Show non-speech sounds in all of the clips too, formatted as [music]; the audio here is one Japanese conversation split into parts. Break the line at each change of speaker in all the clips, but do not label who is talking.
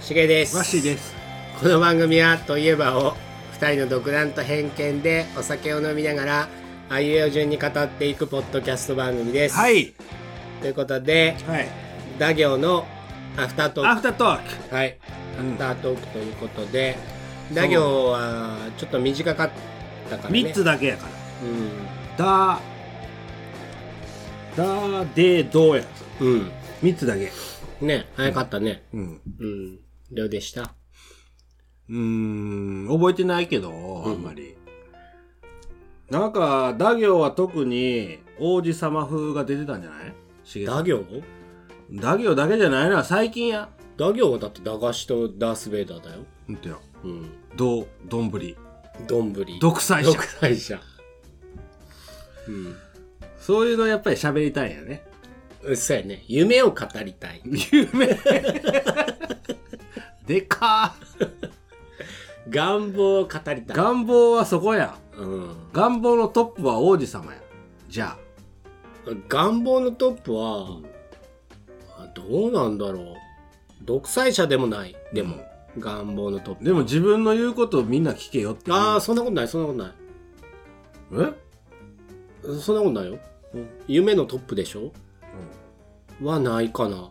しげです
ワッシーです
この番組は「といえば」を2人の独断と偏見でお酒を飲みながらあいうえお順に語っていくポッドキャスト番組です、
はい
ということで
はい
打行のアフタート
ア
ー
フタートー
クはいア
ク、うん
フタートークということで
そう
打行はちょっと短かったからね
3つだけやか
う
らだだでどうや
ん、
3つだけ
うん、ね早かったね
うん
うんどうでした
うーん覚えてないけどあんまり、なんかだ行は特に王子様風が出てたんじゃないしげさ
打
ん
行
だ行だけじゃないな最近や
打行はだって駄菓子とダース・ベイダーだよ
うんとよ
うん
どどんぶり
どんぶり
独裁者
独裁者うん
そういうのやっぱり喋りたいんやね
うっそうやね夢を語りたい
夢でか
願望を語り
ー
たい、
願望はそこや
うん、
願望のトップは王子様やじゃ
願望のトップは、あどうなんだろう独裁者でもないでも、願望のトッ
あ
プ
でも自分の言うことをみんな聞けよって
ああそんなことないそんなことない
え
うんそんなことないよ
うん
夢のトップでしょはないかな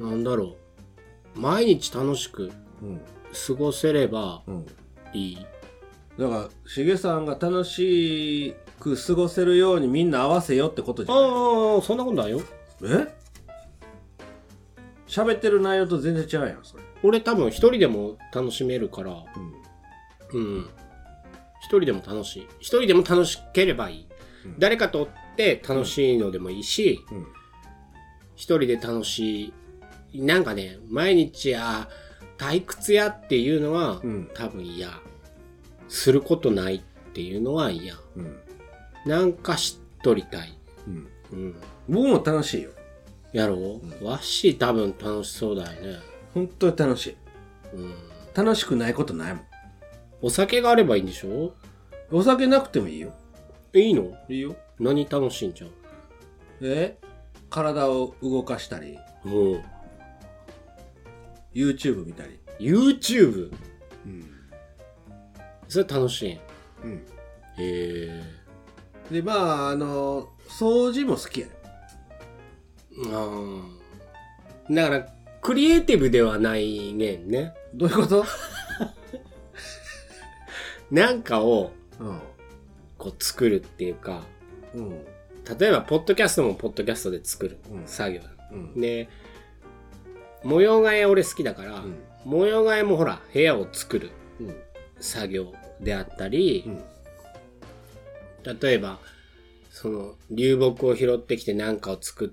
うんうん
なんだろう毎日楽しく
うん
過ごせれば
うん
いい
だからしげさんが楽しく過ごせるようにみんな合わせよってことじ
あ
ゃない
あそんなことないよ
え喋ってる内容と全然違うやんそれ、
俺多分一人でも楽しめるから
うん、
うん。一人でも楽しい。一人でも楽しければいい。
うん
誰かとおって楽しいのでもいいし、
うん
一人で楽しい。なんかね、毎日、あ退屈やっていうのは、
うん
多分嫌。することないっていうのは嫌。
うん
なんかしっとりたい。
うん
うん。
僕も楽しいよ
やろう、わっしー多分楽しそうだよね。
本当に楽しい
うん。
楽しくないことないもん
お酒があればいいんでしょ
お酒なくてもいいよ
いいの
いいよ
何楽しいんじゃん
え体を動かしたり
もう、
YouTube 見たり
YouTube。
うん
それ楽しいん。
うん
え
でまああの掃除も好きやね
えああ。だから、クリエイティブではないねんね。
どういう [laughs] こと
なんかを、
うん
こう作るっていうか、
うん
例えば、ポッドキャストもポッドキャストで作る。
うん
作業。
うん
で、模様替え俺好きだから、
うん
模様替えもほら、部屋を作る
うん
作業であったり、
うん
例えば、その、流木を拾ってきて何かを作っ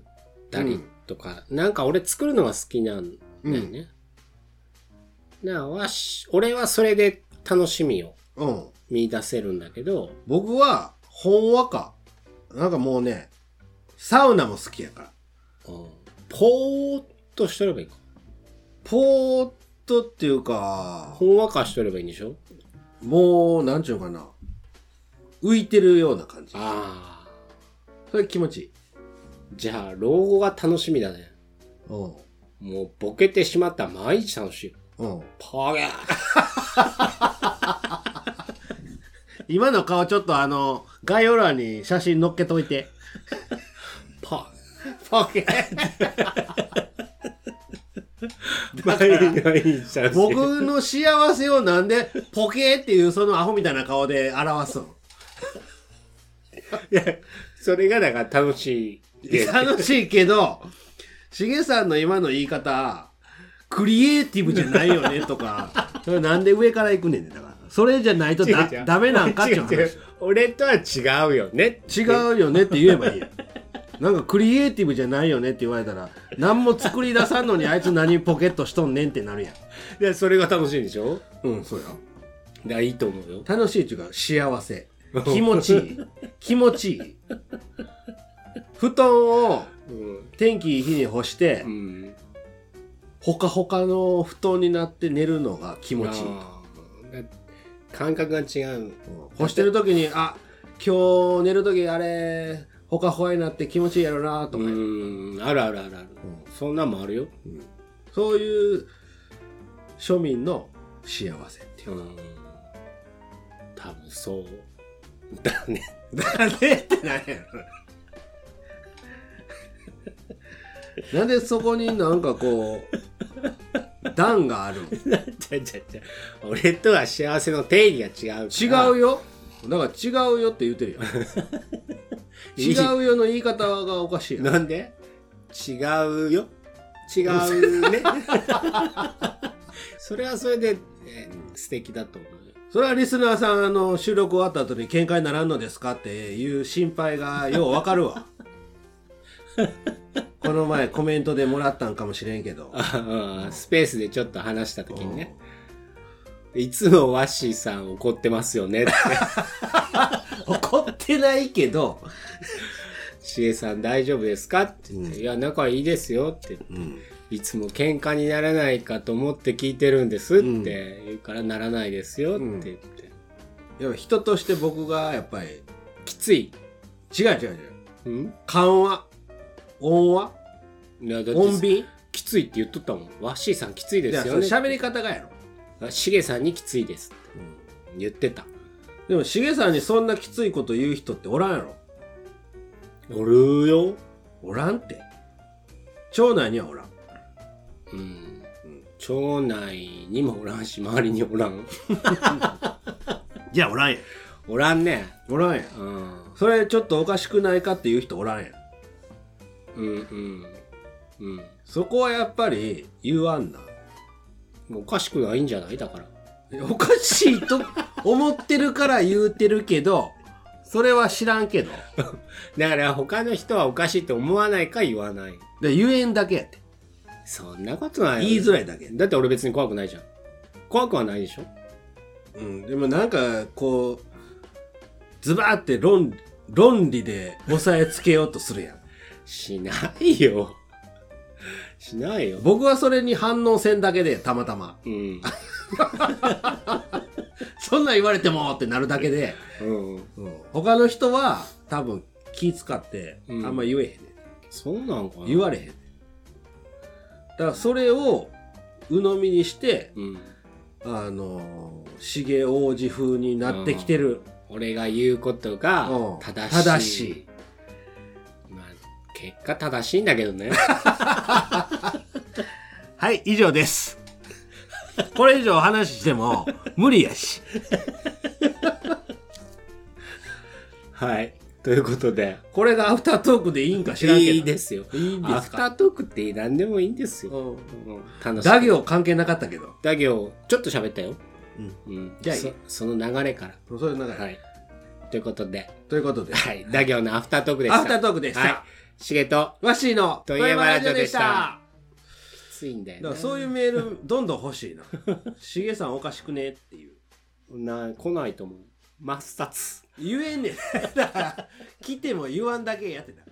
たりとか、なんか俺作るのが好きなんだよね。だからわし、俺はそれで楽しみを
うん
見出せるんだけど、
僕はほんわかなんかもうねサウナも好きやから
うんぽーっとしとればいいか。
ポーっとっていうか
ほんわかしとればいいんでしょ
もうなんちゅうのかな浮いてるような感じ
ああ。
それ気持ちいい
じゃあ、老後が楽しみだね。
うん
もうボケてしまったら毎日楽しい。
うん
パゲー
今の顔ちょっとあの概要欄に写真載っけといて
パ
ポケ
[laughs] ー毎日楽し
[laughs]
い。
僕の幸せをなんでポケっていうそのアホみたいな顔で表すの
いや、それがだから楽しいで。
楽しいけどしげさんの今の言い方クリエイティブじゃないよねと
[laughs]
かそれなんで上から行くねんねだからそれじゃないとだ
違う違う
ダメなんかっていう話
違う違う俺とは違うよね。
違うよねって言えばいいやんなんかクリエイティブじゃないよねって言われたら何も作り出さんのにあいつ何ポケットしとんねんってなるやん
いや、それが楽しいんでしょ
うんそうや
だからいいと思うよ。
楽しいっていうか幸せ気持ちい [laughs] い気持ちいい布団を
うん。
天気いい日に干して、
うん。
ほかほかの布団になって寝るのが気持ちいい、
あーだ感覚が違う。
うん干してる時にあ今日寝る時あれほかほかになって気持ちいいやろなと
う
か、
ん。あるあるあるある。そんなんもあるよ。
そういう庶民の幸 [laughs] せっていう
う。ん。多分そう。 [laughs] だね。
なんでってなんやろ。なんでそこになんかこう、段がある
ちゃちゃちゃ。俺とは幸せの定義が違うから。
違うよ。だから違うよって言ってるよ。
[laughs]
違うよの言い方がおかしいよ。
なんで違うよ。違
[laughs]
うね。それはそれで、えー素敵だと思うよ。
それはリスナーさん、あの、収録終わった後に喧嘩にならんのですかっていう心配がようわかる
[laughs]
わ。この前コメントでもらったんかもしれんけど。
ああスペースでちょっと話した時にね。いつもワッシーさん怒ってますよねって。 [laughs]
怒ってないけど。
シエさん大丈夫ですかって言って、いや、仲いいですよって。
うん。
いつも喧嘩にならないかと思って聞いてるんですって言うから、ならないですよって言って。
でも人として僕がやっぱり、
きつい。
違う違う違う。
うん
緩和。温和。
いやだって
穏便。
きついって言っとったもん。ワッシーさんきつい
い
で
や、
す
その
よね。
喋り方がやろ。
シゲさんにきついですって言ってた。
でも、しげさんにそんなきついこと言う人っておらんやろ。
おるよ。
おらんって。町内にはおらん。
うん。町内にもおらんし、周りにおらん。 [laughs]
じゃあおらんやん。
おらんね。
おらんやん。
うん。
それちょっとおかしくないかっていう人おらんやん。
うんうん。うん。
そこはやっぱり言わんな。
おかしくないんじゃないだから。
おかしい [laughs] と思ってるから言うてるけど、それは知らんけど。
だから他の人はおかしいって思わないか言わない。
で言えんだけやって。
そんなことない。
言いづらいだけ。
だって俺別に怖くないじゃん。怖くはないでしょ
うん、でもなんかこうズバーって論論理で押さえつけようとするやん
しないよ。しないよ。
僕はそれに反応せんだけでたまたま
うん。
そんなん言われてもってなるだけで、
うん。
うん、他の人は多分気使ってあ
うん
んま言えへんね、
そうなんかな。
ん、言われへんねんだからそれを鵜呑みにして
うん。
あのー重王子風になってきてる、
俺が言うことが
うん
正しい。
正しい
まあ、結果正しいんだけ
[laughs]
どね。
はい、以上です。これ以上話して [laughs] も無理やし。
はい。ということで。
これがアフタートークでいいんか知らんけど。
いいですよ。
いいんですか
アフタートークって何でもいいんですよ。
うん
うん楽しい。
だ行関係なかったけど。
だ行、ちょっと喋ったよ。うん。
じゃあいい
そその流れから。
そういう流れ。
はい。ということで、
ということで、
はい。だ行のアフタートークでした。
アフタートークでした
はい。しげと、
ワッシーの
といえばラジオでした
といえばラジオで
きついんだ
しただ
よ
から
ね。
そういうメールどんどん欲 [laughs] しいな。しげさんおかしくねっていう。
な、来ないと思う。抹殺。
[laughs] 言えんねん。だから来ても言わんだけやってた。